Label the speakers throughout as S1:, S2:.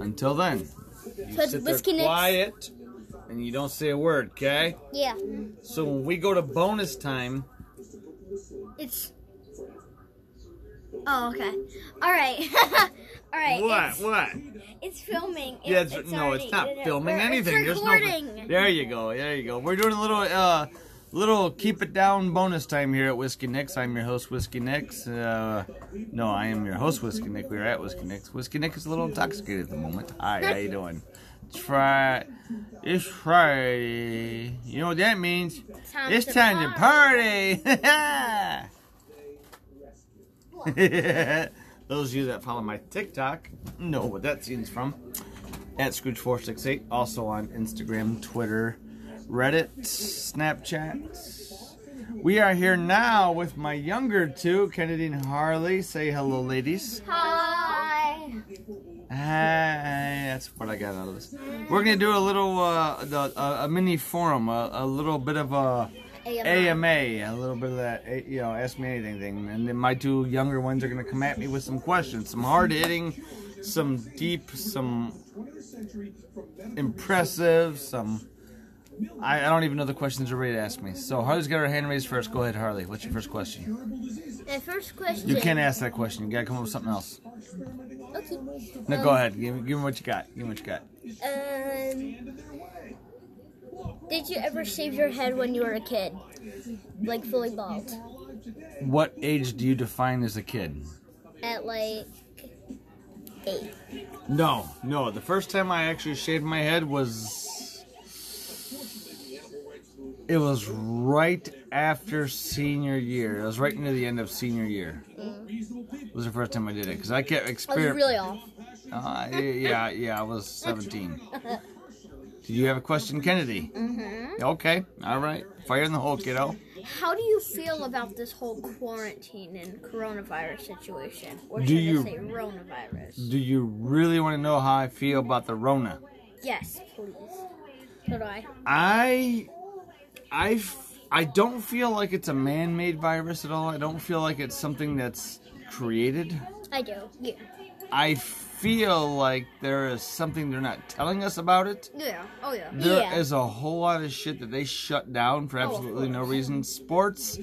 S1: Until then, you
S2: Put
S1: sit there
S2: whiskey next-
S1: quiet and you don't say a word, okay?
S2: Yeah.
S1: So when we go to bonus time,
S2: It's. Oh, okay. All right. All right.
S1: what?
S2: It's,
S1: What?
S2: it's filming. It's,
S1: Yeah, it's, no, it's not
S2: already-
S1: filming
S2: we're-
S1: anything.
S2: It's
S1: There's
S2: recording.
S1: no. There you go. There you go. We're doing a little, uh, little keep it down bonus time here at Whiskey Nick's. I'm your host, Whiskey Nick's. Uh, no, I am your host, Whiskey Nick. We're at Whiskey Nick's. Whiskey Nick is a little intoxicated at the moment. Hi, how you doing? Try. It's Friday. You know what that means?
S2: Time
S1: it's
S2: to
S1: time to party. Those of you that follow my TikTok know what that scene's from. At Scrooge468, also on Instagram, Twitter, Reddit, Snapchat. We are here now with my younger two, Kennedy and Harley. Say hello, ladies.
S2: Hi.
S1: Hey, that's what I got out of this. We're gonna do a little, uh, the, a, a mini forum, a, a little bit of a AMA, a little bit of that, eh, you know, ask me anything thing. And then my two younger ones are gonna come at me with some questions, some hard hitting, some deep, some impressive, some. I, I don't even know the questions they're ready to ask me. So Harley's got her hand raised first. Go ahead, Harley. What's your first question?
S2: The first question.
S1: You can't ask that question. You gotta come up with something else.
S2: Okay.
S1: No, go ahead. Give, give 'em what you got. Give 'em what you got.
S2: Um, did you ever shave your head when you were a kid? Like fully bald?
S1: What age do you define as a kid?
S2: At like eight.
S1: No, no. The first time I actually shaved my head was. It was right after senior year. It was right near the end of senior year. Was the first time I did it because I kept
S2: I was
S1: exper-
S2: Oh, really off.
S1: Uh, yeah, yeah. I was seventeen. Did you have a question, Kennedy? Mm-hmm. Okay, all right. Fire in the hole, kiddo.
S2: How do you feel about this whole quarantine and coronavirus situation? Or
S1: Do
S2: should
S1: you-
S2: I say coronavirus?
S1: Do you really want to know how I feel about the Rona?
S2: Yes, please. So do I.
S1: I, I, f- I don't feel like it's a man-made virus at all. I don't feel like it's something that's created.
S2: I do. Yeah.
S1: I feel like there is something they're not telling us about it.
S2: Yeah. Oh yeah.
S1: There is
S2: yeah. Oh,
S1: a whole lot of shit that they shut down for
S2: of
S1: absolutely no reason. Sports.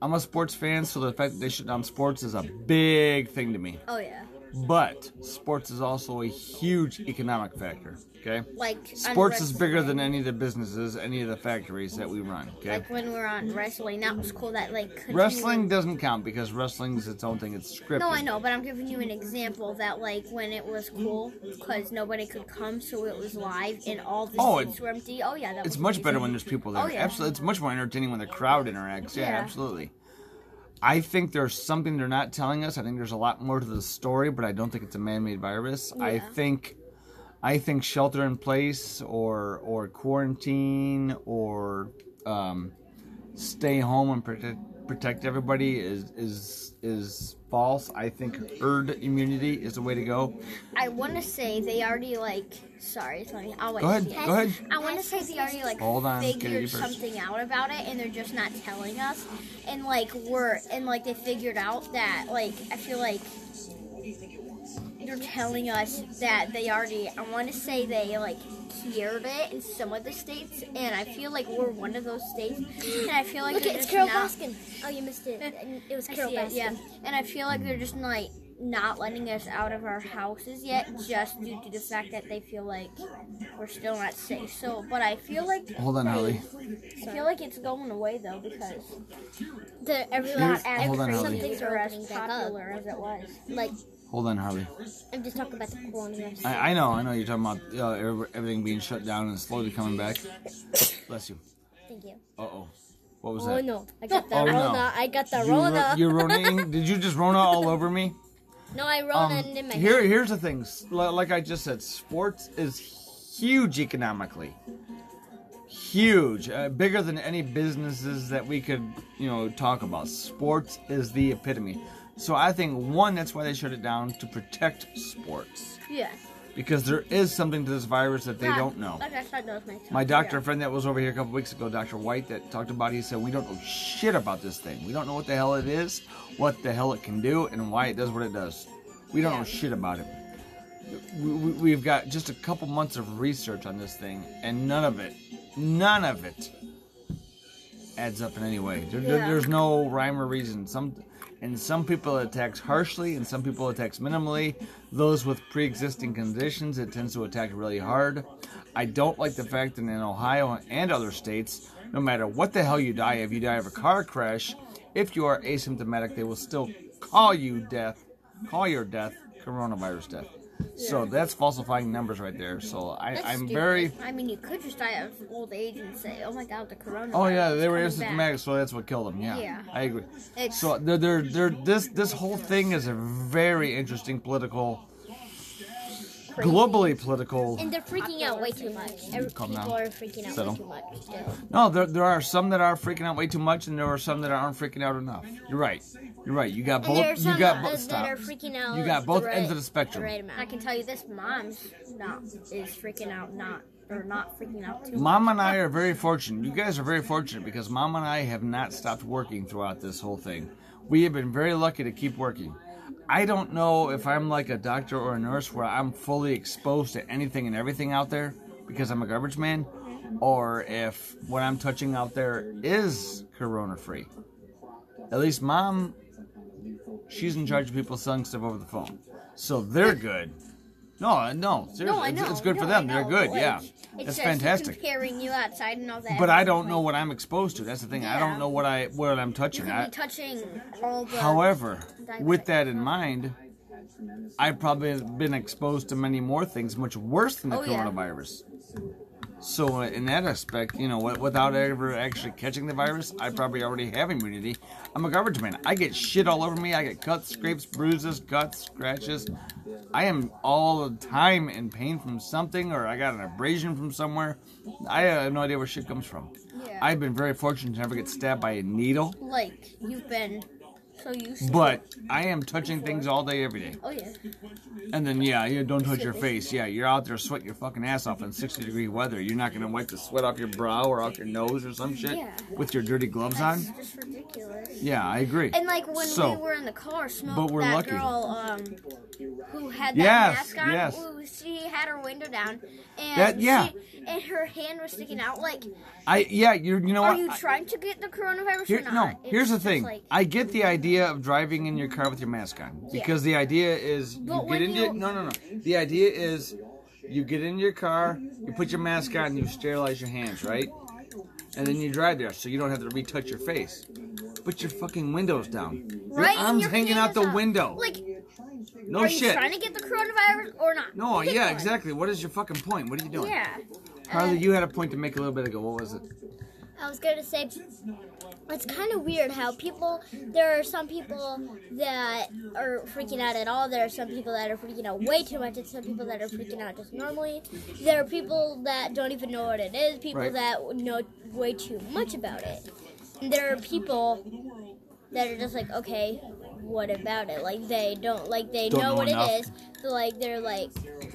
S1: I'm a sports fan, so the fact that they shut down sports is a big thing to me.
S2: oh yeah.
S1: But sports is also a huge economic factor. Okay.
S2: Like on
S1: Sports is bigger
S2: wrestling.
S1: than any of the businesses, any of the factories that we run. Okay.
S2: Like when we were on wrestling, that was cool. That like continued-
S1: Wrestling doesn't count because wrestling's its own thing. It's scripted.
S2: No, I know, but I'm giving you an example that, like, when it was cool, because nobody could come, so it was live, and all the
S1: Oh,
S2: seats
S1: it-
S2: were empty. Oh yeah, that
S1: It's
S2: was
S1: much better
S2: amazing.
S1: when there's people there.
S2: Oh, yeah.
S1: Absolutely, it's much more entertaining when the crowd interacts. Yeah,
S2: Yeah.
S1: absolutely. I think there's something they're not telling us. I think there's a lot more to the story, but I don't think it's a man-made virus. I
S2: Yeah.
S1: think, I think shelter in place or or quarantine or um, stay home and protect protect everybody is is is false. I think herd immunity is the way to go.
S2: I want to say they already like. Sorry, Tony. I'll wait.
S1: Go ahead,
S2: Yes.
S1: go ahead.
S2: I want to say they already like
S1: Hold on, get it
S2: figured
S1: first.
S2: something out about it, and they're just not telling us. And like we're and like they figured out that like I feel like they're telling us that they already. I want to say they like cured it in some of the states, and I feel like we're one of those states. And I feel like
S3: Look,
S2: they're
S3: it's
S2: just
S3: Carol
S2: not-
S3: Baskin. Oh, you missed it. And It was
S2: I
S3: Carol
S2: see it,
S3: Baskin.
S2: yeah. And I feel like they're just like not letting us out of our houses yet, just due to the fact that they feel like we're still not safe. So, but I feel like
S1: Hold on, Harley.
S2: I feel like it's going away though because
S3: The, everyone,
S1: Here's-
S3: every-
S1: hold on, Holly.
S3: some things
S2: they're
S3: are
S2: as
S3: opening back up.
S2: popular as it was.
S3: Like,
S1: Hold on, Harley.
S3: I'm just talking about the coronavirus.
S1: I, I know, I know. You're talking about uh, ev- everything being shut down and slowly coming back. Bless you.
S3: Thank you.
S1: Uh oh. What was
S3: Oh
S1: that?
S3: no, I got the
S1: Oh, no.
S3: Rona. I got the
S1: You ro-
S3: Rona.
S1: You're roning? Did you just Rona all over me?
S3: no, I
S1: Um,
S3: Rona in my
S1: here, here's the thing. S- li- Like I just said, sports is huge economically. Huge, uh, bigger than any businesses that we could, you know, talk about. Sports is the epitome. So I think one, that's why they shut it down to protect sports
S2: Yeah.
S1: because there is something to this virus that they
S2: Ah,
S1: don't know.
S2: Like I said, those makes
S1: My
S2: sense,
S1: doctor
S2: yeah.
S1: friend that was over here a couple weeks ago, Dr. White, that talked about it, he said, We don't know shit about this thing. We don't know what the hell it is, what the hell it can do, and why it does what it does. We don't know shit about it. we- we- we've got just a couple months of research on this thing, and none of it, none of it adds up in any way. There, there-
S4: Yeah.
S1: There's no rhyme or reason. Some and some people it attacks harshly, and some people it attacks minimally. Those with pre-existing conditions, it tends to attack really hard. I don't like the fact that in Ohio and other states, no matter what the hell you die of, you die of a car crash. If you are asymptomatic, they will still call you death, call your death coronavirus death. So that's falsifying numbers right there. So I,
S4: That's
S1: I'm
S4: stupid.
S1: very
S4: I mean, you could just die of old age and say, "Oh my God, the coronavirus."
S1: Oh yeah,
S4: is
S1: they were
S4: coming back."
S1: asymptomatic, so that's what killed them. Yeah,
S4: Yeah.
S1: I agree.
S4: It's-
S1: so they're, they're, they're, this this whole thing is a very interesting political, globally political.
S2: And they're freaking out way too much. Every,
S1: Calm
S2: people
S1: down.
S2: are freaking out
S1: Settle.
S2: way too much still.
S1: No, there, there are some that are freaking out way too much, and there are some that aren't freaking out enough. You're right. You're right. You got
S2: And there are
S1: both. You
S2: some
S1: got
S2: uh,
S1: both.
S2: that are
S1: Stop.
S2: freaking out.
S1: You got both
S2: the
S1: ends
S2: right-
S1: of the spectrum.
S2: the Right
S4: I
S2: amount.
S4: can tell you this: mom's not is freaking out, not or not freaking out too.
S1: Mom and I are very fortunate. You guys are very fortunate because Mom and I have not stopped working throughout this whole thing. We have been very lucky to keep working. I don't know if I'm like a doctor or a nurse where I'm fully exposed to anything and everything out there because I'm a garbage man, or if what I'm touching out there is corona free. At least Mom, she's in charge of people selling stuff over the phone. So they're good. No, no, seriously,
S4: No, I
S1: it's-
S4: know.
S1: it's good for
S4: no,
S1: them.
S4: I
S1: They're
S4: know,
S1: good,
S4: but, like,
S1: yeah.
S4: It's
S1: That's
S4: just
S1: fantastic
S4: Comparing you outside and all that.
S1: but I don't know what I'm exposed to. That's the thing. I
S4: Yeah.
S1: don't know what I what I'm
S4: You
S1: touching.
S4: could
S1: I,
S4: be touching all the.
S1: however, with
S4: diabetic.
S1: that in mind, I've probably been exposed to many more things, much worse than the
S4: Oh, yeah.
S1: coronavirus. So uh, in that aspect, you know, wi- without ever actually catching the virus, I probably already have immunity. I'm a garbage man. I get shit all over me. I get cuts, scrapes, bruises, cuts, scratches. I am all the time in pain from something, or I got an abrasion from somewhere. I have no idea where shit comes from.
S4: Yeah.
S1: I've been very fortunate to never get stabbed by a needle,
S4: like you've been so used. to
S1: but I am touching things all day, every day.
S4: Oh yeah.
S1: And then yeah, you don't touch your face. Yeah, you're out there sweating your fucking ass off in 60 degree weather. You're not gonna wipe the sweat off your brow or off your nose or some shit
S4: Yeah.
S1: with your dirty gloves
S4: That's
S1: on.
S4: just ridiculous.
S1: Yeah, I agree.
S4: And like when
S1: So-
S4: we were in the car, smoke
S1: but we're
S4: that
S1: lucky.
S4: girl um, who had that
S1: Yes,
S4: mask on.
S1: yes.
S4: ooh, she had her window down, and
S1: That- yeah.
S4: she, and her hand was sticking out. Like,
S1: I yeah, you you know
S4: are
S1: what?
S4: you
S1: I-
S4: trying to get the coronavirus
S1: Here,
S4: or not?
S1: no,
S4: It's
S1: here's the
S4: just
S1: thing.
S4: like-
S1: I get the idea of driving in your car with your mask on because the idea is you
S4: But
S1: get
S4: when
S1: into
S4: you-
S1: no, no, no. The idea is you get in your car, you put your mask on, you sterilize your hands, right? And then you drive there, so you don't have to retouch your face. But your fucking window's down. Your
S4: right, and
S1: arms
S4: your
S1: hanging
S4: hand
S1: out
S4: is
S1: the
S4: up.
S1: window.
S4: Like,
S1: no
S4: are you
S1: shit.
S4: trying to get the coronavirus or not?
S1: no,
S4: Pick
S1: yeah,
S4: one.
S1: exactly. What is your fucking point? What are you doing?
S4: Yeah.
S1: Harley, you had a point to make a little bit ago. What was it?
S2: I was gonna say, it's kind of weird how people. There are some people that are freaking out at all. There are some people that are freaking out way too much. And some people that are freaking out just normally. There are people that don't even know what it is. People
S1: Right.
S2: that know way too much about it. And there are people that are just like, okay, what about it? Like they don't like they
S1: Don't
S2: know,
S1: know
S2: what
S1: enough.
S2: it is. But like they're like,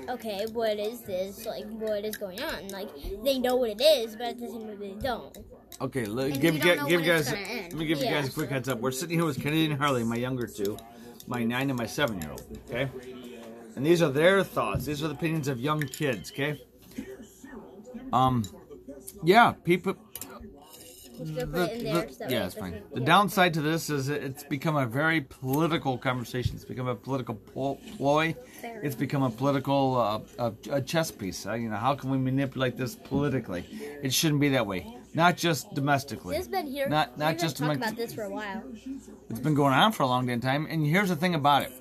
S2: okay, what is this? Like what is going on? Like they know what it is, but at the same time they don't.
S1: Okay, let,
S4: And
S1: give
S4: we
S1: give,
S4: don't know
S1: give
S4: when
S1: guys
S4: it's gonna end.
S1: let me give you
S2: Yeah.
S1: guys a quick heads up. We're sitting here with Kennedy and Harley, my younger two, my nine and my seven year old. Okay, and these are their thoughts. These are the opinions of young kids. Okay. Um, yeah, people.
S2: Let's go put
S1: the-
S2: it in
S1: the-
S2: there. so that
S1: yeah,
S2: way
S1: it's
S2: it
S1: fine.
S2: doesn't-
S1: The
S2: yeah.
S1: downside to this is it- it's become a very political conversation. It's become a political pl- ploy.
S4: Fair
S1: It's become a political uh, a, a chess piece. Uh, you know, how can we manipulate this politically? It shouldn't be that way. Not just domestically.
S2: This has been here.
S1: Not not
S2: we've
S1: just
S2: been talking
S1: among-
S2: about this for a while.
S1: it's been going on for a long damn time. And here's the thing about it: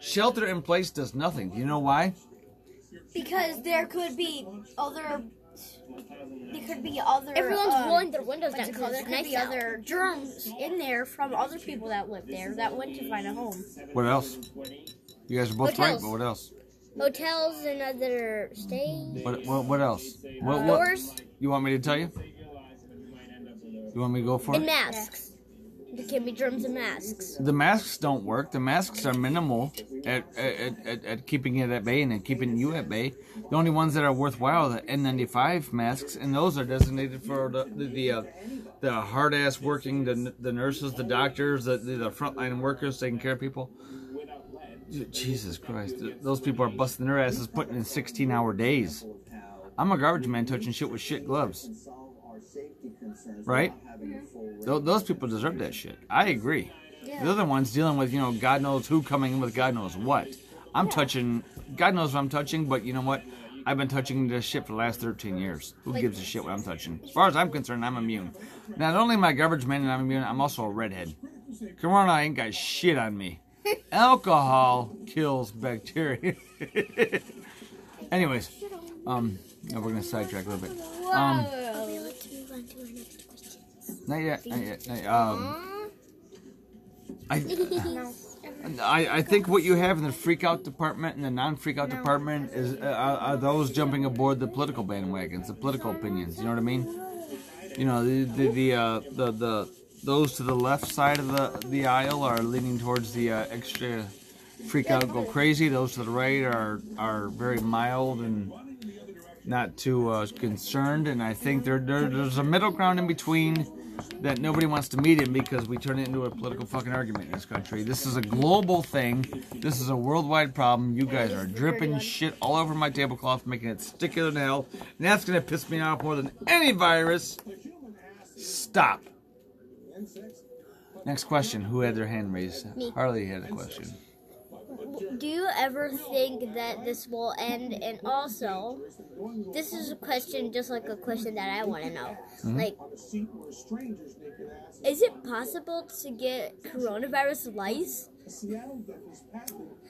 S1: shelter in place does nothing. You know why?
S4: Because there could be other. There could be other.
S2: Everyone's
S3: uh,
S4: um,
S2: rolling their windows
S4: what's
S2: down
S4: it called?
S2: because
S4: There
S2: it's
S4: could
S2: nice
S4: be
S2: out.
S4: other germs in there from other people that live there that went to find a home.
S1: What else? You guys are both right,
S2: Hotels.
S1: but what else?
S2: Hotels and other stays.
S1: What what, what else? What, what
S2: Doors
S1: you want me to tell you? You want me to go for
S2: and
S1: it?
S2: masks. There can be germs and masks.
S1: The masks don't work. The masks are minimal at at, at, at keeping it at bay and at keeping you at bay. The only ones that are worthwhile are the N95 masks, and those are designated for the the the, uh, the hard ass working the the nurses, the doctors, the the, the frontline workers taking care of people. Jesus Christ, th- those people are busting their asses, putting in 16-hour days. I'm a garbage man touching shit with shit gloves, right? Tho- Those people deserve that shit. I agree. The other ones dealing with you know God knows who coming in with God knows what. I'm touching, God knows what I'm touching, but you know what? I've been touching this shit for the last 13 years. Who gives a shit what I'm touching? As far as I'm concerned, I'm immune. Not only am I a garbage man and I'm immune, I'm also a redhead. Corona ain't got shit on me. Alcohol kills bacteria. Anyways, um, now we're gonna sidetrack a little bit. Um,
S2: Okay, let's move on to our next question.
S1: not yet, not yet, not yet. Um, I, I, I think what you have in the freak out department and the non freak out department is uh, are, are those jumping aboard the political bandwagons, the political opinions. You know what I mean? You know the the the, uh, the, the those to the left side of the, the aisle are leaning towards the uh, extra freak out, go crazy. Those to the right are are very mild and not too uh, concerned. And I think there, there there's a middle ground in between that nobody wants to meet in because we turn it into a political fucking argument in this country. This is a global thing. This is a worldwide problem. You guys are dripping shit all over my tablecloth, making it stickier than hell. And that's gonna piss me off more than any virus. Stop. Next question. Who had their hand raised?
S2: Me.
S1: Harley had a question.
S2: Do you ever think that this will end? And also, this is a question, just like a question that I want to know.
S1: Mm-hmm.
S2: Like, is it possible to get coronavirus lice?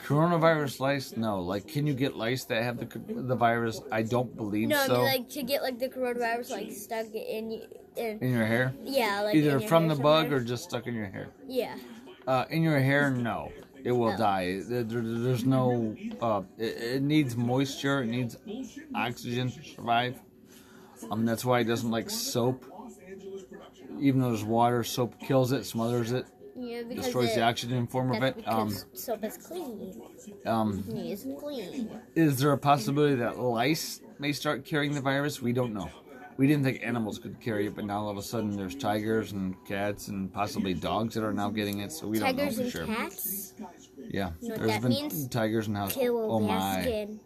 S1: Coronavirus lice? No. Like, can you get lice that have the c- the virus? I don't believe
S2: No,
S1: so.
S2: I mean like to get like the coronavirus like stuck in, y- in
S1: in your hair?
S2: yeah, like in
S1: Either
S2: your
S1: from
S2: hair
S1: the bug
S2: somewhere.
S1: or just stuck in your hair.
S2: yeah.
S1: Uh, in your hair, no. It will
S2: Oh.
S1: die. There- there- there's no. Uh, it, it needs moisture. It needs oxygen to survive. Um, that's why it doesn't like soap. Even though there's water, soap kills it, smothers it,
S2: Yeah, because
S1: destroys
S2: it,
S1: the oxygen form of
S2: that's
S1: it. Um,
S2: because soap is clean.
S1: um,
S2: It's clean.
S1: is there a possibility that lice may start carrying the virus? We don't know. We didn't think animals could carry it, but now all of a sudden there's tigers and cats and possibly dogs that are now getting it. So we don't
S2: Tigers
S1: know
S2: and
S1: for sure.
S2: cats
S1: Yeah,
S2: know what
S1: there's
S2: that
S1: been
S2: means?
S1: tigers and house.
S2: Carol
S1: oh my.
S2: Baskin.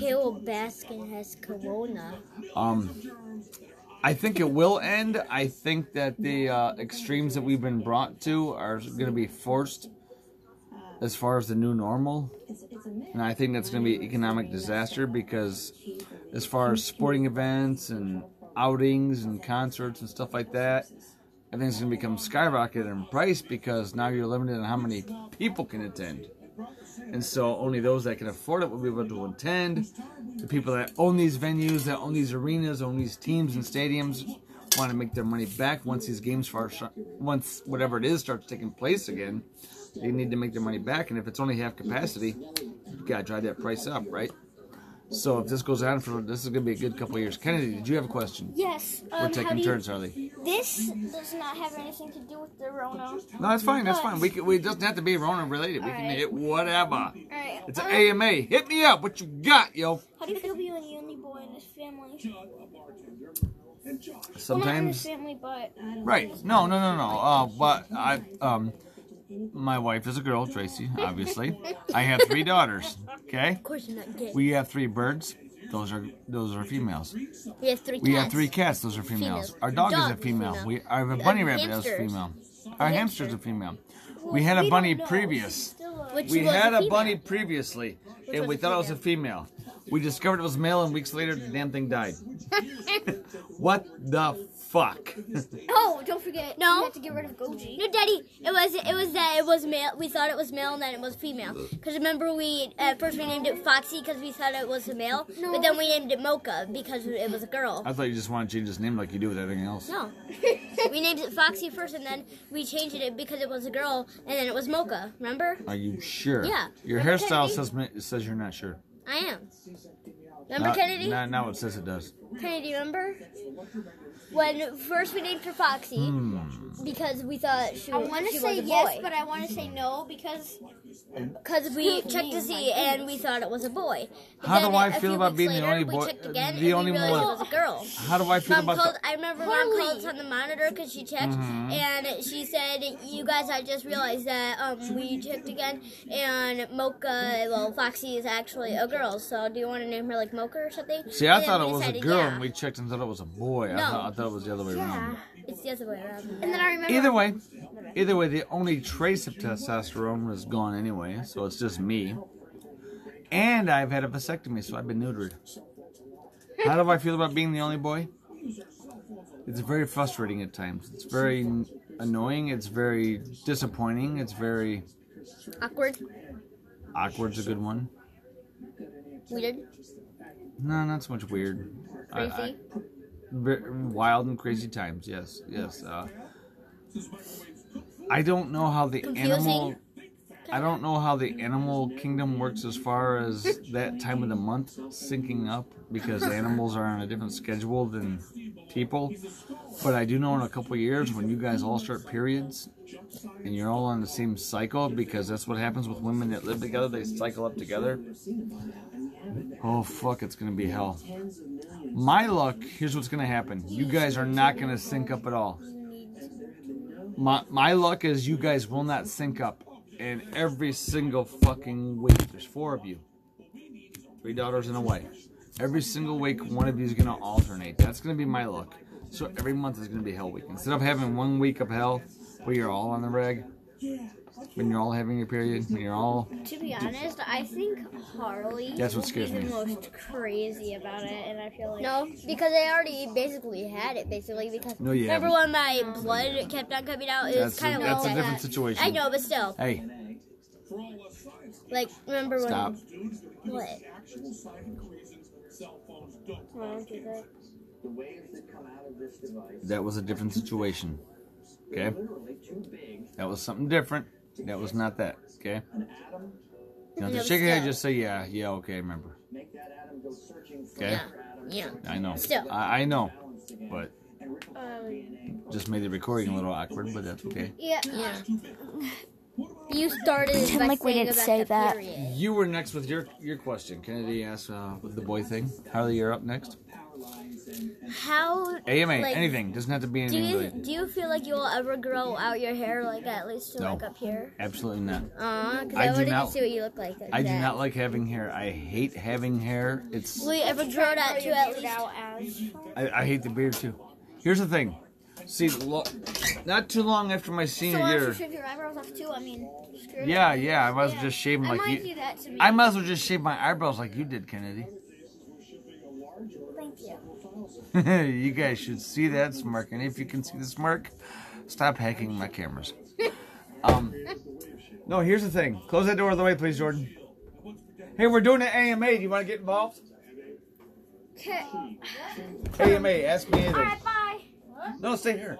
S2: Carol Baskin has corona.
S1: Um, I think it will end. I think that the uh, extremes that we've been brought to are going to be forced as far as the new normal. And I think that's going to be economic disaster because, as far as sporting events and outings and concerts and stuff like that, I think it's going to become skyrocketed in price because now you're limited on how many people can attend. And so only those that can afford it will be able to attend. The people that own these venues, that own these arenas, own these teams and stadiums, want to make their money back once these games far once whatever it is starts taking place again. They need to make their money back, and if it's only half capacity, you gotta drive that price up, right? So if this goes on for this is gonna be a good couple of years. Kennedy, did you have a question?
S3: Yes.
S1: We're
S3: Um, how do
S1: taking
S3: you,
S1: turns, Harley.
S3: This does not have anything to do with the Rona.
S1: No, that's fine. That's fine. We can, we it doesn't have to be Rona related. We can
S3: Alright.
S1: hit whatever.
S3: Alright. um,
S1: It's an AMA. Hit me up. What you got, yo?
S3: How do you feel being the only boy in this family? Well, not in this
S1: Sometimes,
S3: family, but
S1: right? No, no, no, no. Uh, but I um, my wife is a girl, Tracy. Obviously, I have three daughters. Okay,
S2: Of course, you're not gay.
S1: we have three birds. Those are those are females.
S2: We have three.
S1: We
S2: cats.
S1: have three cats. Those are females.
S2: Females.
S1: Our dog is a
S2: Dog,
S1: female.
S2: female.
S1: We I have a bunny rabbit. That's
S2: hamsters.
S1: female. Our hamster's a female. We had a
S3: we
S1: bunny
S3: don't know. She's
S1: previous.
S3: still a-
S2: Which
S1: We
S2: was
S1: had a
S2: female.
S1: bunny previously, and
S2: was
S1: we
S2: a
S1: thought it was a female. We discovered it was male, and weeks later, the damn thing died. what the fuck?
S3: oh, don't forget.
S2: No.
S3: You have to get rid of Goji.
S2: No, Daddy, it was it was that it was male. We thought it was male, and then it was female. Because remember, we at first we named it Foxy because we thought it was a male, but then we named it Mocha because it was a girl.
S1: I thought you just want to change his name like you do with everything else.
S2: No, we named it Foxy first, and then we changed it because it was a girl, and then it was Mocha. Remember?
S1: Are you sure?
S2: Yeah.
S1: Your
S2: Remember
S1: hairstyle
S2: Kennedy?
S1: says ma- says you're not sure.
S2: I am. Remember
S1: Now-
S2: Kennedy?
S1: Now, now it says it does.
S2: Kennedy, remember? When first we named her Foxy because we thought she,
S3: I want to
S2: she
S3: say
S2: was a boy.
S3: yes, but I want to say no because
S2: because we checked to see and we thought it was a boy. But
S1: How do
S2: then
S1: I
S2: a
S1: feel
S2: few
S1: about
S2: weeks
S1: being the
S2: later,
S1: only
S2: we
S1: boy-
S2: checked again
S1: the
S2: and
S1: only
S2: we realized
S1: one-
S2: it was a girl.
S1: How do I feel
S2: Mom
S1: about
S2: called.
S1: the?
S2: I remember
S3: Harley.
S2: mom called us on the monitor because she checked,
S1: Mm-hmm.
S2: and she said, "You guys, I just realized that um, we checked again, and Mocha, well, Foxy is actually a girl. So do you want to name her like Mocha or something?"
S1: See, I
S2: And then
S1: thought
S2: we
S1: it was a
S2: decided,
S1: girl,
S2: yeah,
S1: and we checked and thought it was a boy. I,
S2: No.
S1: thought, I thought it was the other way around.
S2: it's the other way around.
S3: And then I remember.
S1: Either way, either way, the only trace of testosterone was gone anyway, so it's just me. And I've had a vasectomy, so I've been neutered. How do I feel about being the only boy? It's very frustrating at times. It's very annoying. It's very disappointing. It's very
S2: Awkward,
S1: awkward's a good one.
S2: weird,
S1: No, not so much weird. I- I-
S2: crazy.
S1: Ver- wild and crazy times. Yes, yes. Uh, I don't know how the animal. I don't know how the animal kingdom works as far as that time of the month syncing up because animals are on a different schedule than people. But I do know in a couple of years when you guys all start periods and you're all on the same cycle because that's what happens with women that live together, they cycle up together. Oh fuck, it's gonna be hell. My luck, here's what's gonna happen. You guys are not gonna sync up at all. My my luck is you guys will not sync up. And every single fucking week, there's four of you. Three daughters and a wife. Every single week one of you is gonna alternate. That's gonna be my luck. So every month is gonna be hell week. Instead of having one week of hell where you're all on the reg, when you're all having your period, when you're all
S4: To be honest, I think Harley
S1: That's what scares
S4: is the
S1: me.
S4: most crazy about it, and I feel like
S2: No, because I already basically had it. Basically, because
S1: No, you
S2: remember
S1: haven't.
S2: when my blood kept on coming out? It was
S1: that's a,
S2: kind of
S1: that's a
S2: like that.
S1: different situation.
S2: I know, but still,
S1: Hey,
S2: like remember when?
S1: stop.
S2: What?
S1: That was a different situation. Okay? That was something different. That was not that. Okay? Now,
S2: Yeah,
S1: the
S2: but
S1: chicken head
S2: still.
S1: just say, yeah, yeah, okay, I remember. Okay?
S2: Yeah.
S1: I know.
S2: Still. Um,
S1: I, I know. But just made the recording a little awkward, but that's okay.
S2: Yeah. Yeah. You started by
S3: Pretend like we
S2: saying
S3: didn't
S2: about
S3: say
S2: the
S3: that.
S2: period.
S1: You were next with your your question. Kennedy asked uh, with the boy thing. Harley, you're up next.
S2: How
S1: AMA,
S2: Like,
S1: anything. Doesn't have to be
S2: do
S1: anything
S2: you
S1: really.
S2: do you feel like you will ever grow out your hair like at least to
S1: No.
S2: like up here?
S1: Absolutely not.
S2: Uh, because
S1: I
S2: I,
S1: do
S2: wanted
S1: not-
S2: to see what you look like. like
S1: I do
S2: that.
S1: not like having hair. I hate having hair. It's
S2: Will you ever grow it out to at least?
S1: I, I hate the beard too. Here's the thing. See, lo- not too long after my senior
S3: So why don't you
S1: year.
S3: shave your eyebrows off too? I mean, screw it.
S1: Yeah, yeah. I might as well just shave them
S3: I
S1: like
S3: might
S1: you.
S3: do that to me.
S1: I might as well just shave my eyebrows like you did, Kennedy.
S3: Thank you.
S1: you guys should see that smirk, and if you can see the smirk, stop hacking my cameras. Um, no, here's the thing. Close that door the way, please, Jordan. Hey, we're doing an AMA. Do you want to get involved?
S3: Okay.
S1: AMA, ask me anything.
S3: Alright, bye.
S1: No, stay here.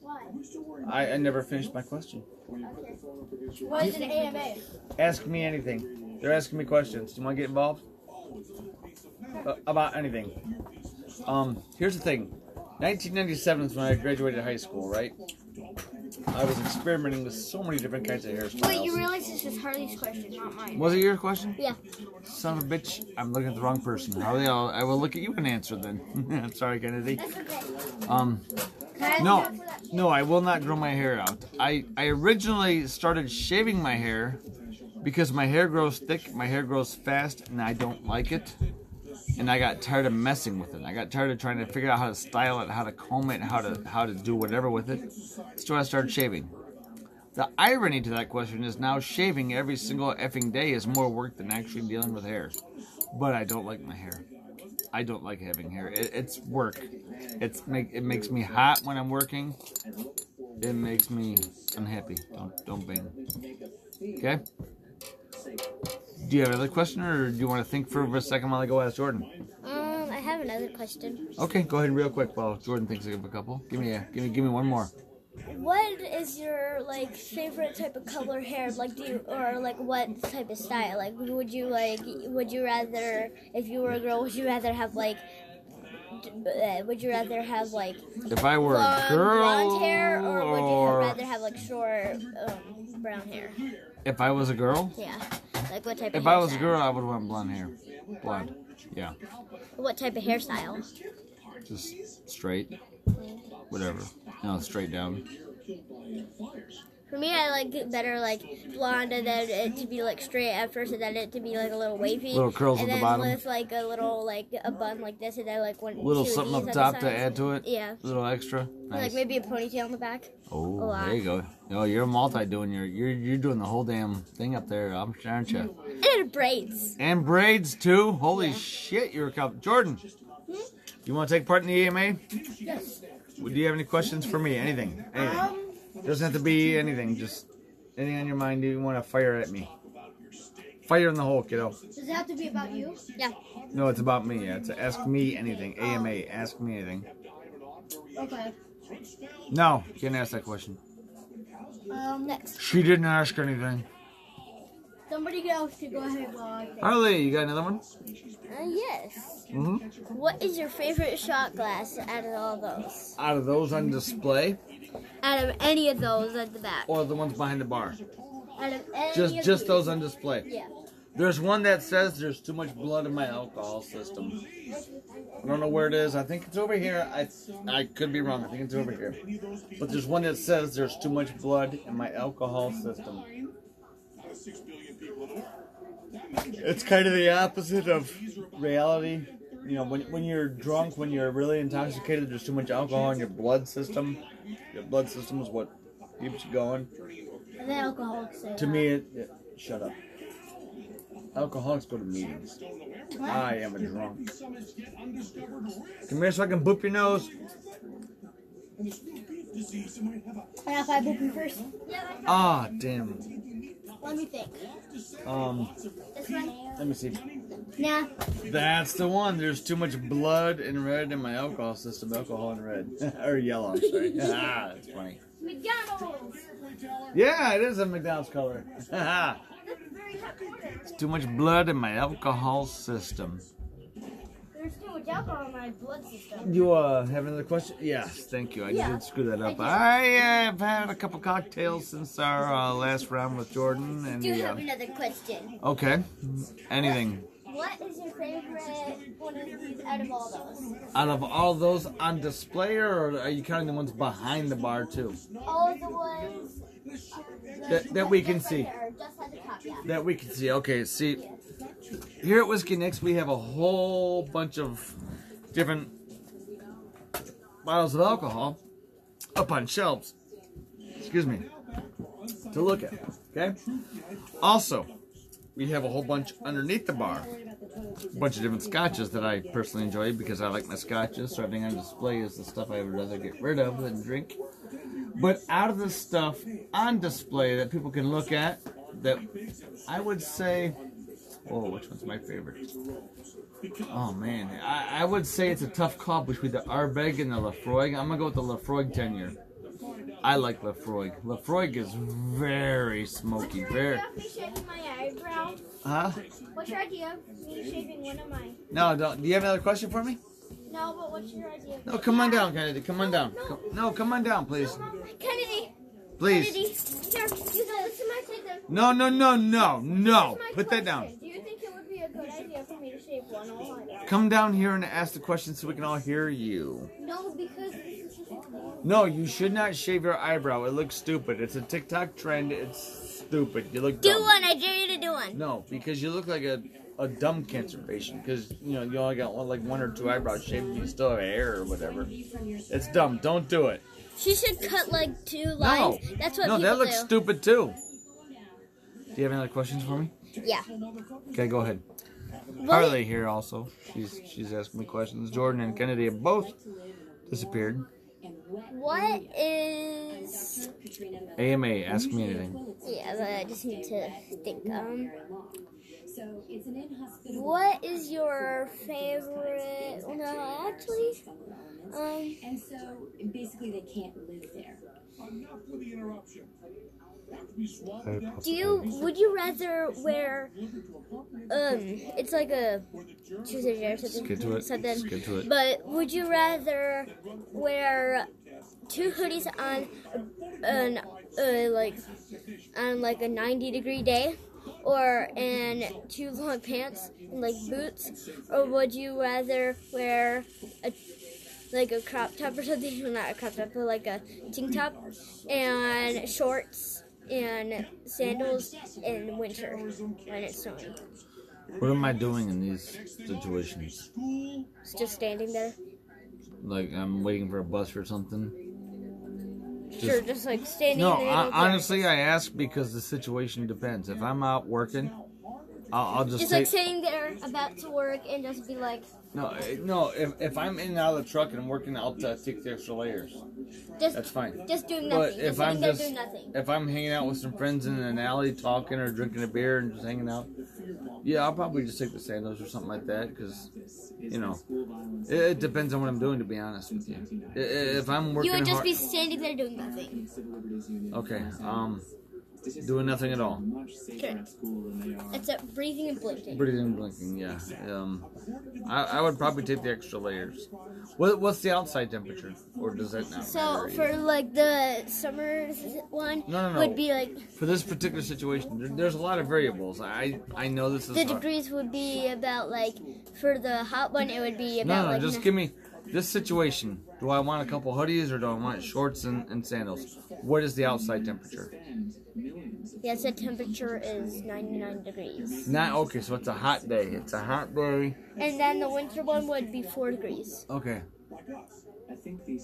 S3: What?
S1: I, I never finished my question.
S3: What is an AMA?
S1: Ask me anything. They're asking me questions. Do you want to get involved? Uh, about anything. Um, here's the thing. 1997 is when I graduated high school, right? I was experimenting with so many different kinds of hairstyles.
S3: Wait, you realize this is Harley's question, not mine.
S1: was it your question?
S2: Yeah.
S1: Son of a bitch, I'm looking at the wrong person. How I'll, I will look at you and answer then. Sorry, Kennedy. Um, no, no, I will not grow my hair out. I, I originally started shaving my hair because my hair grows thick, my hair grows fast, and I don't like it. And I got tired of messing with it. I got tired of trying to figure out how to style it, how to comb it, how to how to do whatever with it. So I started shaving. The irony to that question is now shaving every single effing day is more work than actually dealing with hair. But I don't like my hair. I don't like having hair. It, it's work. It's make it makes me hot when I'm working. It makes me unhappy. Don't don't bang. Okay. Do you have another question, or do you want to think for a second while I go ask Jordan?
S2: Um, I have another question.
S1: Okay, go ahead real quick while Jordan thinks of a couple. Give me a give me give me one more.
S2: What is your like favorite type of color hair? Like, do you or like what type of style? Like, would you like? Would you rather, if you were a girl, would you rather have like d- uh, would you rather have like
S1: If I were a
S2: blonde,
S1: girl,
S2: blonde hair, or would you
S1: or-
S2: ha- rather have like short um, brown hair?
S1: if I was a girl,
S2: Yeah, like what type? of
S1: if I
S2: hairstyle?
S1: was a girl, I would want blonde hair. Blonde. Yeah.
S2: what type of hairstyle?
S1: Just straight. Whatever. No, straight down.
S2: For me, I like it better like blonde, and then it to be like straight at first, and then it to be like a little wavy,
S1: Little curls
S2: and
S1: at the
S2: then
S1: bottom.
S2: with like a little like a bun like this, and then like one
S1: Little
S2: two of
S1: something
S2: these
S1: up
S2: on
S1: top
S2: the
S1: to
S2: sides.
S1: add to it.
S2: Yeah.
S1: Little extra.
S2: And,
S1: Nice.
S2: Like maybe a ponytail in the back.
S1: Oh,
S2: lot.
S1: there you go. No, you're multi doing your you're you're doing the whole damn thing up there, aren't you?
S2: And braids.
S1: And braids too. Holy shit, you're a cup. Jordan, you want to take part in the E EMA?
S4: Yes.
S1: Do you have any questions for me? Anything? Anything?
S4: Um,
S1: Doesn't have to be anything. Just anything on your mind you want to fire at me. Fire in the hole, kiddo.
S4: Does it have to be about you?
S2: Yeah.
S1: No, it's about me. Yeah, it's ask me anything. AMA, ask me anything.
S4: Okay.
S1: No, you didn't ask that question.
S4: Um, next.
S1: She didn't ask anything.
S4: Somebody else should go ahead while I think.
S1: Harley, you got another one?
S2: Uh, yes.
S1: hmm
S2: What is your favorite shot glass out of all those?
S1: Out of those on display
S2: Out of any of those at the back?
S1: or the ones behind the bar?
S2: Out of any
S1: Just
S2: of
S1: just
S2: these?
S1: those on display.
S2: Yeah.
S1: There's one that says there's too much blood in my alcohol system. I don't know where it is. I think it's over here. I I could be wrong. I think it's over here. But there's one that says there's too much blood in my alcohol system. It's kind of the opposite of reality. You know, when when you're drunk, when you're really intoxicated, there's too much alcohol in your blood system. Your blood system is what keeps you going.
S4: And then alcoholics say
S1: To me, it, it- shut up. Alcoholics go to meetings. I am a drunk. Come here so I can boop your nose.
S4: And if I book you first,
S1: Ah, damn.
S4: let me think.
S1: Um,
S4: This one?
S1: let me see.
S4: Nah.
S1: That's the one. There's too much blood and red in my alcohol system. Alcohol and red, or yellow. I'm sorry. ah, that's funny.
S3: McDonald's.
S1: Yeah, it is a McDonald's color. it's too much blood in my alcohol system.
S2: There's too much alcohol in my blood system.
S1: You uh, have another question? Yes, thank you. I did screw that up. I have had a couple cocktails since our uh, last round with Jordan. And
S2: Do you
S1: the,
S2: have
S1: uh,
S2: another question?
S1: okay, anything
S2: What is your favorite one of these out of all those?
S1: out of all those on display, or are you counting the ones behind the bar too?
S2: All of the ones
S1: That that we can
S2: just right
S1: see.
S2: there, just at the top, yeah.
S1: That we can see. Okay, see, here at Whiskey Nicks, we have a whole bunch of different bottles of alcohol up on shelves. Excuse me. To look at. Okay? Also, we have a whole bunch underneath the bar. A bunch of different scotches that I personally enjoy because I like my scotches. So everything on display is the stuff I would rather get rid of than drink. But out of the stuff on display that people can look at, that I would say, oh, which one's my favorite? Oh man, I, I would say it's a tough call between the Arbeg and the Lafroig. I'm gonna go with the Lafroig tenure. I like Lafroig. Lafroig is very smoky, very
S3: me shaving my eyebrow?
S1: huh?
S3: What's your idea of me shaving one of mine?
S1: No, don't, do you have another question for me?
S3: No, but what's your idea?
S1: No, come on down, Kennedy. Come on down. Co- No, come on down, please,
S3: Kennedy,
S1: please.
S3: Kennedy, here, you go. This is my take. This
S1: No, no, no, no, no.
S3: is my
S1: Oh, Put that
S3: question.
S1: down.
S3: Do you think it would be a good idea for me to shave one of mine?
S1: Come down here and ask the question so we can all hear you.
S3: No, because this is
S1: No, you should not shave your eyebrow. It looks stupid. It's a TikTok trend. It's stupid. You look
S2: Do
S1: dumb.
S2: one, I dare you to do one.
S1: No, because you look like a, a dumb cancer patient. Because you know you only got one, like one or two eyebrows shaved. and You still have hair or whatever. It's dumb. Don't do it.
S2: She should cut like two
S1: No.
S2: lines. That's what
S1: no,
S2: people
S1: that looks
S2: do.
S1: stupid too. Do you have any other questions for me?
S2: yeah.
S1: Okay, go ahead. Harley here also. She's she's asking me questions. Jordan and Kennedy have both disappeared.
S2: What is?
S1: AMA, ask me anything.
S2: Yeah, but I just need to think. Um,
S5: So it's an inhospitable.
S2: what is your favorite? well, No, actually, um,
S5: And so basically they can't live there.
S2: Do you would you rather wear um it's like a choose a gender or something.
S1: Get to it.
S2: Something.
S1: Get to it.
S2: But would you rather wear two hoodies on an uh, like on like a 90 degree day or in two long pants and like boots or would you rather wear a like a crop top or something well, not a crop top but like a tank top and shorts and sandals in winter when it's snowing
S1: What am I doing in these situations?
S2: it's just standing there
S1: Like I'm waiting for a bus or something.
S2: sure just like standing
S1: No,
S2: there
S1: I,
S2: like-
S1: honestly, I ask because the situation depends. If I'm out working, I'll, I'll just,
S2: just
S1: say,
S2: like sitting there about to work and just be like
S1: no, eh, no. If, if I'm in and out of the truck and working, I'll uh, take the extra layers.
S2: just
S1: That's fine.
S2: just doing
S1: But
S2: nothing
S1: if
S2: sitting
S1: I'm
S2: there
S1: just
S2: doing nothing
S1: if I'm hanging out with some friends in an alley talking or drinking a beer and just hanging out, yeah, I'll probably just take the sandals or something like that because, you know, it, it depends on what I'm doing. To be honest with you, I- i- if I'm working
S2: you would just
S1: hard,
S2: be standing there doing nothing
S1: okay, um, doing nothing at all,
S2: Sure. Except breathing and blinking.
S1: uh, breathing, and blinking, yeah. Um, I, I would probably take the extra layers. What, what's the outside temperature, or does that not
S2: So
S1: matter?
S2: for like the summer one
S1: No, no, no.
S2: would be like
S1: for this particular situation, there, there's a lot of variables. I I know this is
S2: the
S1: hard.
S2: degrees would be about like for the hot one it would be
S1: No,
S2: about
S1: no,
S2: like
S1: just
S2: n-
S1: give me this situation. Do I want a couple hoodies or do I want shorts and, and sandals? What is the outside temperature?
S2: yes the temperature is 99 degrees
S1: Not okay, so it's a hot day. It's a hot day.
S2: and then the winter one would be four degrees.
S1: Okay.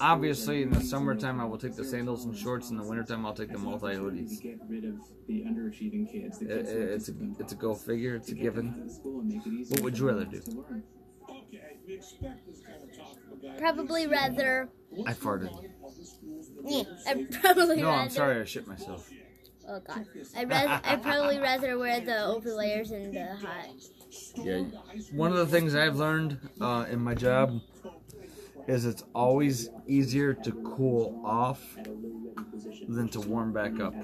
S1: Obviously, in the summertime, I will take the sandals and shorts. In the wintertime, I'll take the multi hoodies. It,
S6: Get rid of the underachieving kids. The
S1: it, it's
S6: kids
S1: a it's a go figure. It's a given.
S6: out of school and make it easy
S1: What would you rather do?
S6: to learn.
S2: Probably rather
S1: I farted.
S2: yeah, I probably
S1: No,
S2: rather
S1: I'm sorry. I shit myself.
S2: Oh god. I rather I probably rather wear the overlayers and the hot
S1: Yeah. One of the things I've learned uh, in my job is it's always easier to cool off than to warm back up.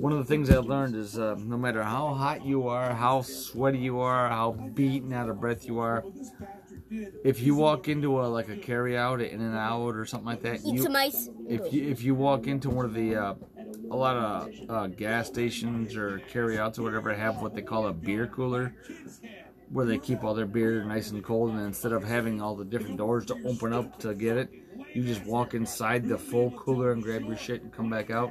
S1: One of the things I learned is uh, no matter how hot you are, how sweaty you are, how beaten out of breath you are, if you walk into a like a carry out, in and out, or something like that,
S2: eat
S1: you,
S2: some ice.
S1: if you if you walk into one of the uh, a lot of uh, gas stations or carryouts or whatever have what they call a beer cooler, where they keep all their beer nice and cold, and instead of having all the different doors to open up to get it, you just walk inside the full cooler and grab your shit and come back out.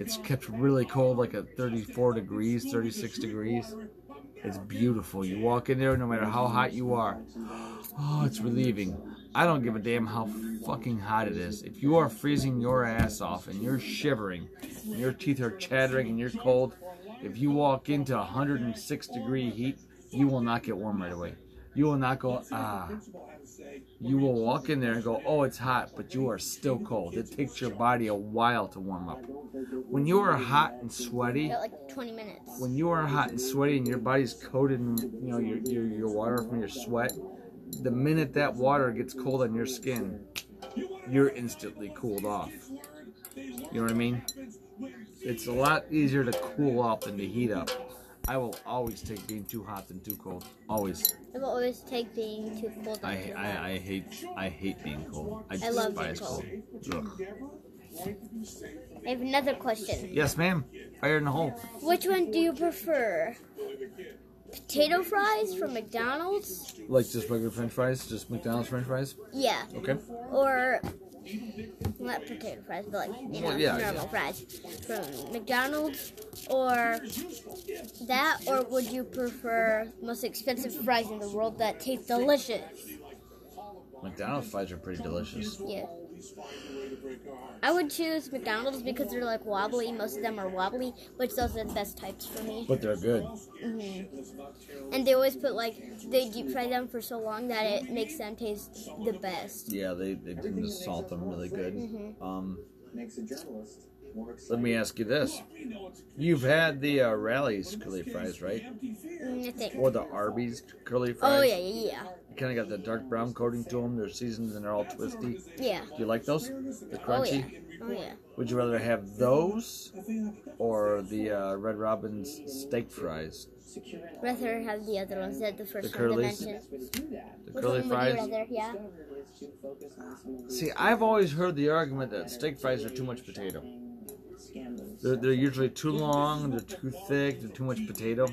S1: It's kept really cold, like at 34 degrees, 36 degrees. It's beautiful. You walk in there, no matter how hot you are. Oh, it's relieving. I don't give a damn how fucking hot it is. If you are freezing your ass off and you're shivering, and your teeth are chattering and you're cold, if you walk into 106 degree heat, you will not get warm right away. You will not go, ah. You will walk in there and go, oh, it's hot, but you are still cold. It takes your body a while to warm up. When you are hot and sweaty,
S2: About like 20 minutes.
S1: when you are hot and sweaty and your body's coated in you know your, your, your water from your sweat the minute that water gets cold on your skin you're instantly cooled off you know what i mean it's a lot easier to cool off than to heat up i will always take being too hot than too cold always
S2: I will always take being too cold.
S1: i
S2: and too hot.
S1: i, I hate i hate being cold i
S2: I
S1: despise
S2: love being
S1: cold, Ugh.
S2: I have another question.
S1: yes ma'am fire in the hole
S2: Which one do you prefer? Potato fries from McDonald's?
S1: like just regular french fries just mcdonald's french fries
S2: Yeah.
S1: okay
S2: Or not potato fries, but like you know,
S1: Well, yeah,
S2: normal
S1: yeah.
S2: fries from McDonald's or that or would you prefer the most expensive fries in the world that taste delicious?
S1: mcdonald's fries are pretty delicious
S2: Yeah. I would choose McDonald's because they're like wobbly. Most of them are wobbly, which those are the best types for me.
S1: but they're good
S2: And they always put like they deep fry them for so long that it makes them taste the best.
S1: Yeah, they, they tend to salt them really good.
S2: Mm-hmm.
S1: Um,
S6: Makes a journalist more excited.
S1: let me ask you this: You've had the uh, Rally's curly fries, right?
S2: Mm, I think.
S1: Or the Arby's curly fries?
S2: Oh yeah, yeah,
S1: Kind of got the dark brown coating to them. They're seasoned and they're all twisty.
S2: yeah, yeah.
S1: Do you like those? The
S2: Oh yeah.
S1: crunchy.
S2: Oh yeah.
S1: Would you rather have those or the uh, Red Robin's steak fries?
S2: Rather have the other ones that the first
S1: The
S2: one I
S1: curlies?
S2: mentioned.
S1: The
S2: Which
S1: curly
S2: one
S1: fries?
S2: would you rather? Yeah.
S1: See, I've always heard the argument that steak fries are too much potato. They're, they're usually too long, they're too thick, they're too much potato.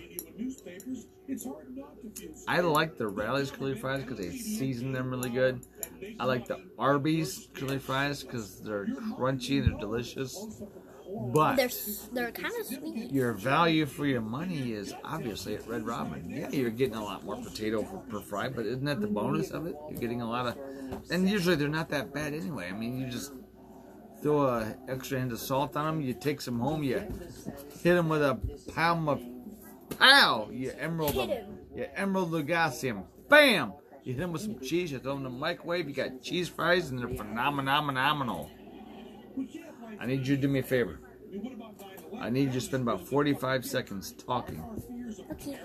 S1: I like the Rally's curly fries because they season them really good. I like the Arby's curly fries because they're crunchy, they're delicious. But
S2: They're s- they're kind of sweet.
S1: your value for your money is obviously at Red Robin. Yeah, you're getting a lot more potato for, per fry, but isn't that the bonus of it? You're getting a lot of, and usually they're not that bad anyway. I mean, you just throw a extra hand of salt on them, you take some home, you hit them with a pound of pow, you emerald them, you emerald Lugasium, bam. You hit them with some cheese, you throw them in the microwave, you got cheese fries, and they're phenomenal. phenomenal. I need you to do me a favor. I need you to spend about 45 seconds talking.
S2: Okay.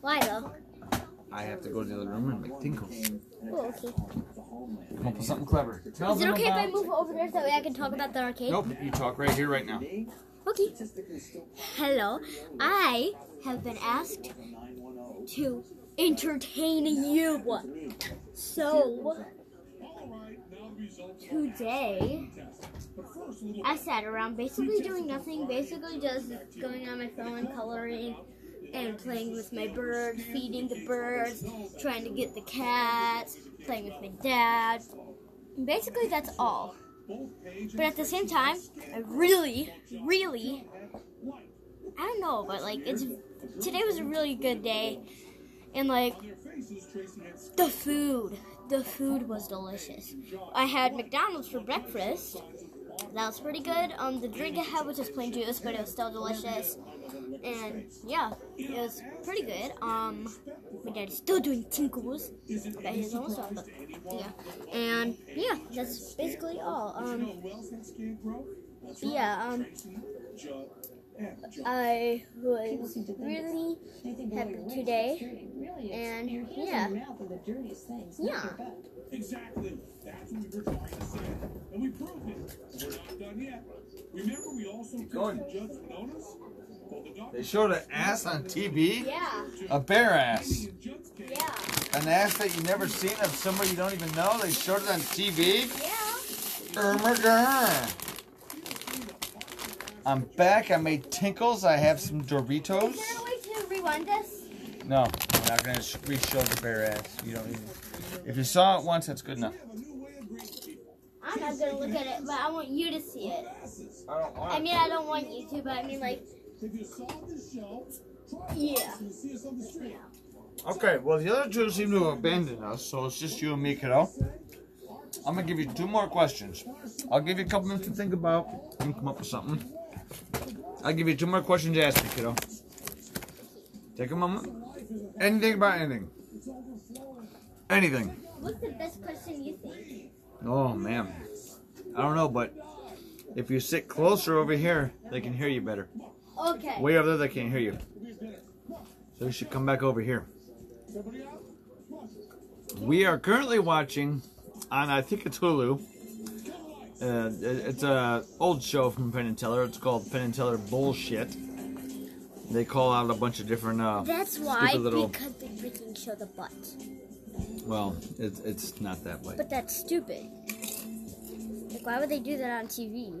S2: Why though?
S1: I have to go to the other room and make tinkles.
S2: Oh, okay.
S1: Come up with something clever. Tell
S2: Is it
S1: them
S2: okay if I
S1: about-
S2: move over there so that way I can talk about the arcade?
S1: Nope, you talk right here, right now.
S2: Okay. Hello. I have been asked to entertain you. So, today, I sat around basically doing nothing, basically just going on my phone, coloring, and playing with my bird, feeding the birds, trying to get the cats, playing with my dad. Basically, that's all. But at the same time, I really, really, I don't know, but like it's today was a really good day, and like the food, the food was delicious. I had McDonald's for breakfast. That was pretty good. Um, the drink I had was just plain juice, but it was still delicious. And yeah, it was pretty good. Um, my dad is still doing tinkles about his own stuff, but yeah. And yeah, that's basically all. Um, yeah, um, I was really
S5: "Oh,
S2: happy today. And yeah, yeah.
S7: Exactly. That's what we were trying to say. And we proved it. We're not done yet. Remember, we also took
S1: going.
S7: Judge Winona's? Well, the doctor
S1: They showed an ass on TV.
S2: Yeah,
S1: A bare ass.
S7: in Judd's case
S2: yeah,
S1: An ass that you never seen of somebody you don't even know. They showed it on TV.
S2: yeah.
S1: Irma Gurr. I'm back. I made tinkles. I have some Doritos.
S2: Is there a way to rewind this?
S1: No, I'm not gonna sh- re-show the bare ass. You don't even. If you saw it once, that's good enough.
S2: I'm not gonna look at it, but I want you to see it.
S1: I don't want.
S2: I mean, I don't want you to, but I mean, like, yeah.
S1: Okay, well, the other two seem to have abandoned us, so it's just you and me, kiddo. I'm gonna give you two more questions. I'll give you a couple minutes to think about and come up with something. I'll give you two more questions to ask me, kiddo. Take a moment. Anything about anything. Anything.
S2: What's the best question you think?
S1: Oh, man. I don't know, but if you sit closer over here, they can hear you better.
S2: Okay.
S1: Way over there, they can't hear you. So we should come back over here. We are currently watching on, I think it's Hulu. Uh, it- it's a old show from Penn and Teller. It's called Penn and Teller Bullshit. They call out a bunch of different. Uh,
S2: That's why,
S1: Stupid little-
S2: because they freaking show the butt.
S1: well, it's it's not that way.
S2: But that's stupid. Like, why would they do that on TV?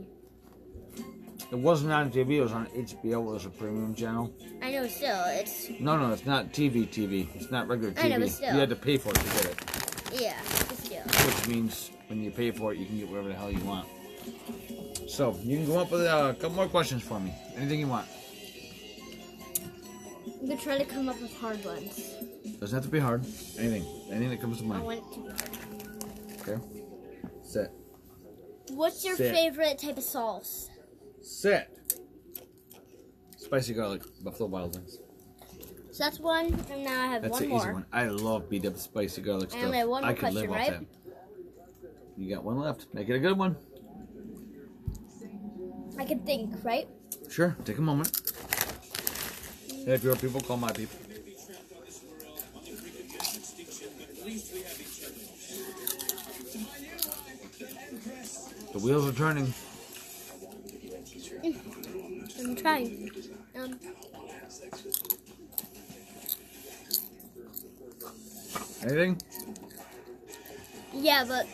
S1: It wasn't on TV. It was on HBO. It was a premium channel.
S2: I know, still, it's
S1: No, no, it's not TV. TV. It's not regular TV.
S2: I know, but still.
S1: You had to pay for it to get it.
S2: yeah, it's still.
S1: which means when you pay for it, you can get whatever the hell you want. So you can come up with uh, a couple more questions for me. Anything you want.
S2: I'm gonna try to come up with hard ones.
S1: Doesn't have to be hard. Anything. Anything that comes to
S2: I
S1: mind.
S2: want it to be hard.
S1: Okay. Sit.
S2: What's your
S1: Sit.
S2: favorite type of sauce?
S1: Sit. Spicy garlic buffalo wild wings.
S2: So that's one, and now I have
S1: That's
S2: one
S1: an
S2: more.
S1: easy one. I love beat up spicy garlic
S2: I
S1: stuff.
S2: only have one more
S1: I could live
S2: question,
S1: off
S2: right?
S1: that. You got one left. Make it a good one.
S2: I can think, right?
S1: Sure. Take a moment. If your people call my people. The wheels are turning.
S2: I'm trying. Um,
S1: Anything?
S2: yeah, but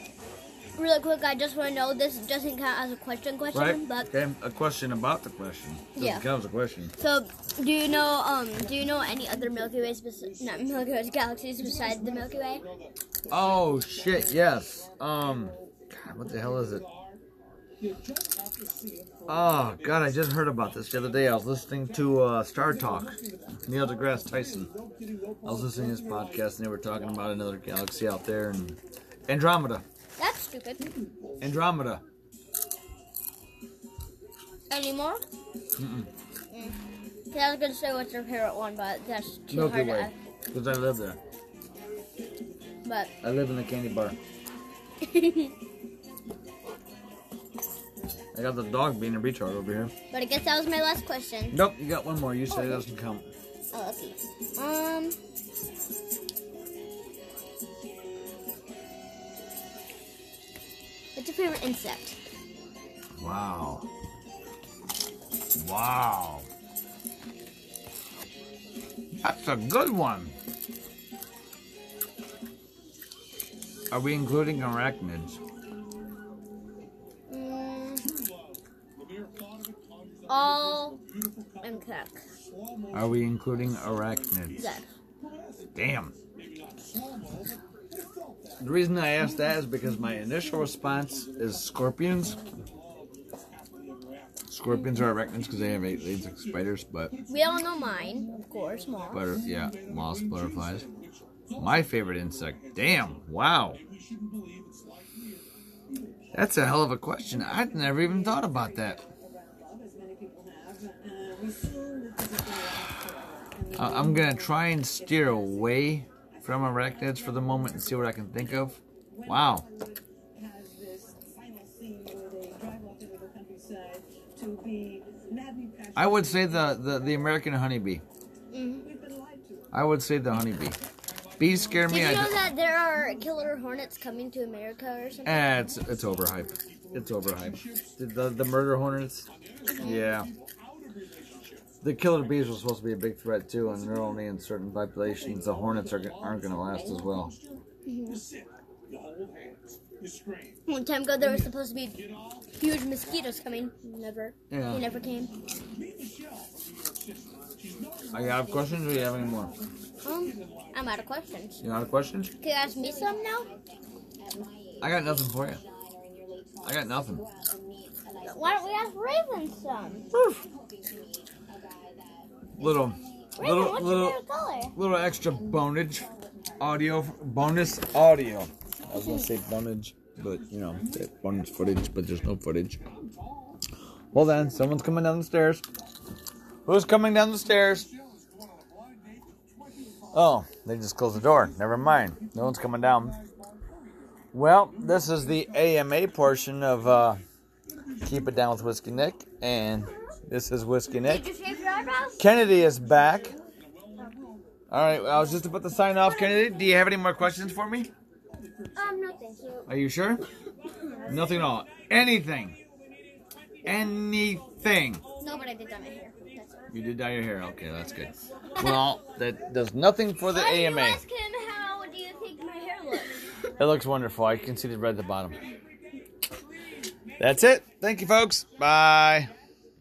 S2: really quick, I just want to know this doesn't count as a question question,
S1: Right?
S2: but
S1: Okay. A question about the question. Doesn't
S2: Yeah.
S1: count as a question.
S2: so do you know um do you know any other Milky Ways bes- not Milky Ways galaxies besides the Milky Way?
S1: Oh shit! Yes. Um. God, what the hell is it? Oh God! I just heard about this the other day. I was listening to uh, Star Talk, Neil deGrasse Tyson. I was listening to his podcast, and they were talking about another galaxy out there, and Andromeda.
S2: That's stupid.
S1: Andromeda.
S2: Any more? Mm-mm. Mm. I was gonna say what's your favorite one, but that's too
S1: Milky
S2: hard. To
S1: Way.
S2: ask.
S1: Because I live there.
S2: But
S1: I live in the candy bar. I got the dog being a retard over here.
S2: but I guess that was my last question.
S1: Nope, you got one more. You said it doesn't count.
S2: Oh, let's see. Um. What's your favorite insect?
S1: Wow. Wow. That's a good one. Are we including arachnids?
S2: Mm. All insects.
S1: Are we including arachnids?
S2: Yes.
S1: Damn. The reason I asked that is because my initial response is scorpions. Scorpions are arachnids because they have eight legs like spiders, but
S2: We all know mine, of course, mom.
S1: butter, yeah, moths, butterflies. My favorite insect. Damn! Wow. That's a hell of a question. I'd never even thought about that. I- Uh, I'm gonna try and steer away from arachnids for the moment and see what I can think of. Wow.
S8: has this final scene where they drive off into the countryside to be madly passionate.
S1: I would say the, the, the American honeybee.
S2: Mm-hmm.
S8: We've been lied to.
S1: I would say the honeybee. Bees scare me.
S2: Did you
S1: I
S2: know
S1: don't-
S2: that there are killer hornets coming to America or something?
S1: Eh, it's it's overhyped. It's overhyped. The the, the murder hornets. Yeah. The killer bees were supposed to be a big threat too, and they're only in certain populations. The hornets are, aren't going to last as well.
S7: You sit, you hold hands, you scream.
S2: One time ago, there was supposed to be huge mosquitoes coming. Never.
S1: Yeah.
S2: They never came.
S7: Meet Michelle from New York City. She's not
S1: I have questions. Or you have any more?
S2: Um, I'm out of questions.
S1: You have questions?
S2: Can you ask me some now?
S1: I got nothing for you. I got nothing.
S2: Why don't we ask Raven some?
S1: Little,
S2: Raven,
S1: little,
S2: what's your
S1: little,
S2: favorite color?
S1: little extra bonage, audio, bonus audio. I was gonna say
S2: Hmm.
S1: bonage, but you know, that bonus footage, but there's no footage. Hold on, someone's coming down the stairs. Who's coming down the stairs? Oh, they just closed the door. Never mind. No one's coming down. Well, this is the AMA portion of uh, Keep It Down with Whiskey Nick, and this is Whiskey Nick.
S2: Did you shave your eyebrows?
S1: Kennedy is back. All right, I was just about to sign off, Kennedy. Do you have any more questions for me?
S2: Um, no, thank you.
S1: Are you sure? Nothing at all. Anything. Anything.
S2: No, but I did dye my hair. That's it.
S1: You did dye your hair. Okay, that's good. Well, that does nothing for the AMA.
S2: him how do you think my hair looks?
S1: It looks wonderful. I can see the red at the bottom. That's it. Thank you, folks. Bye.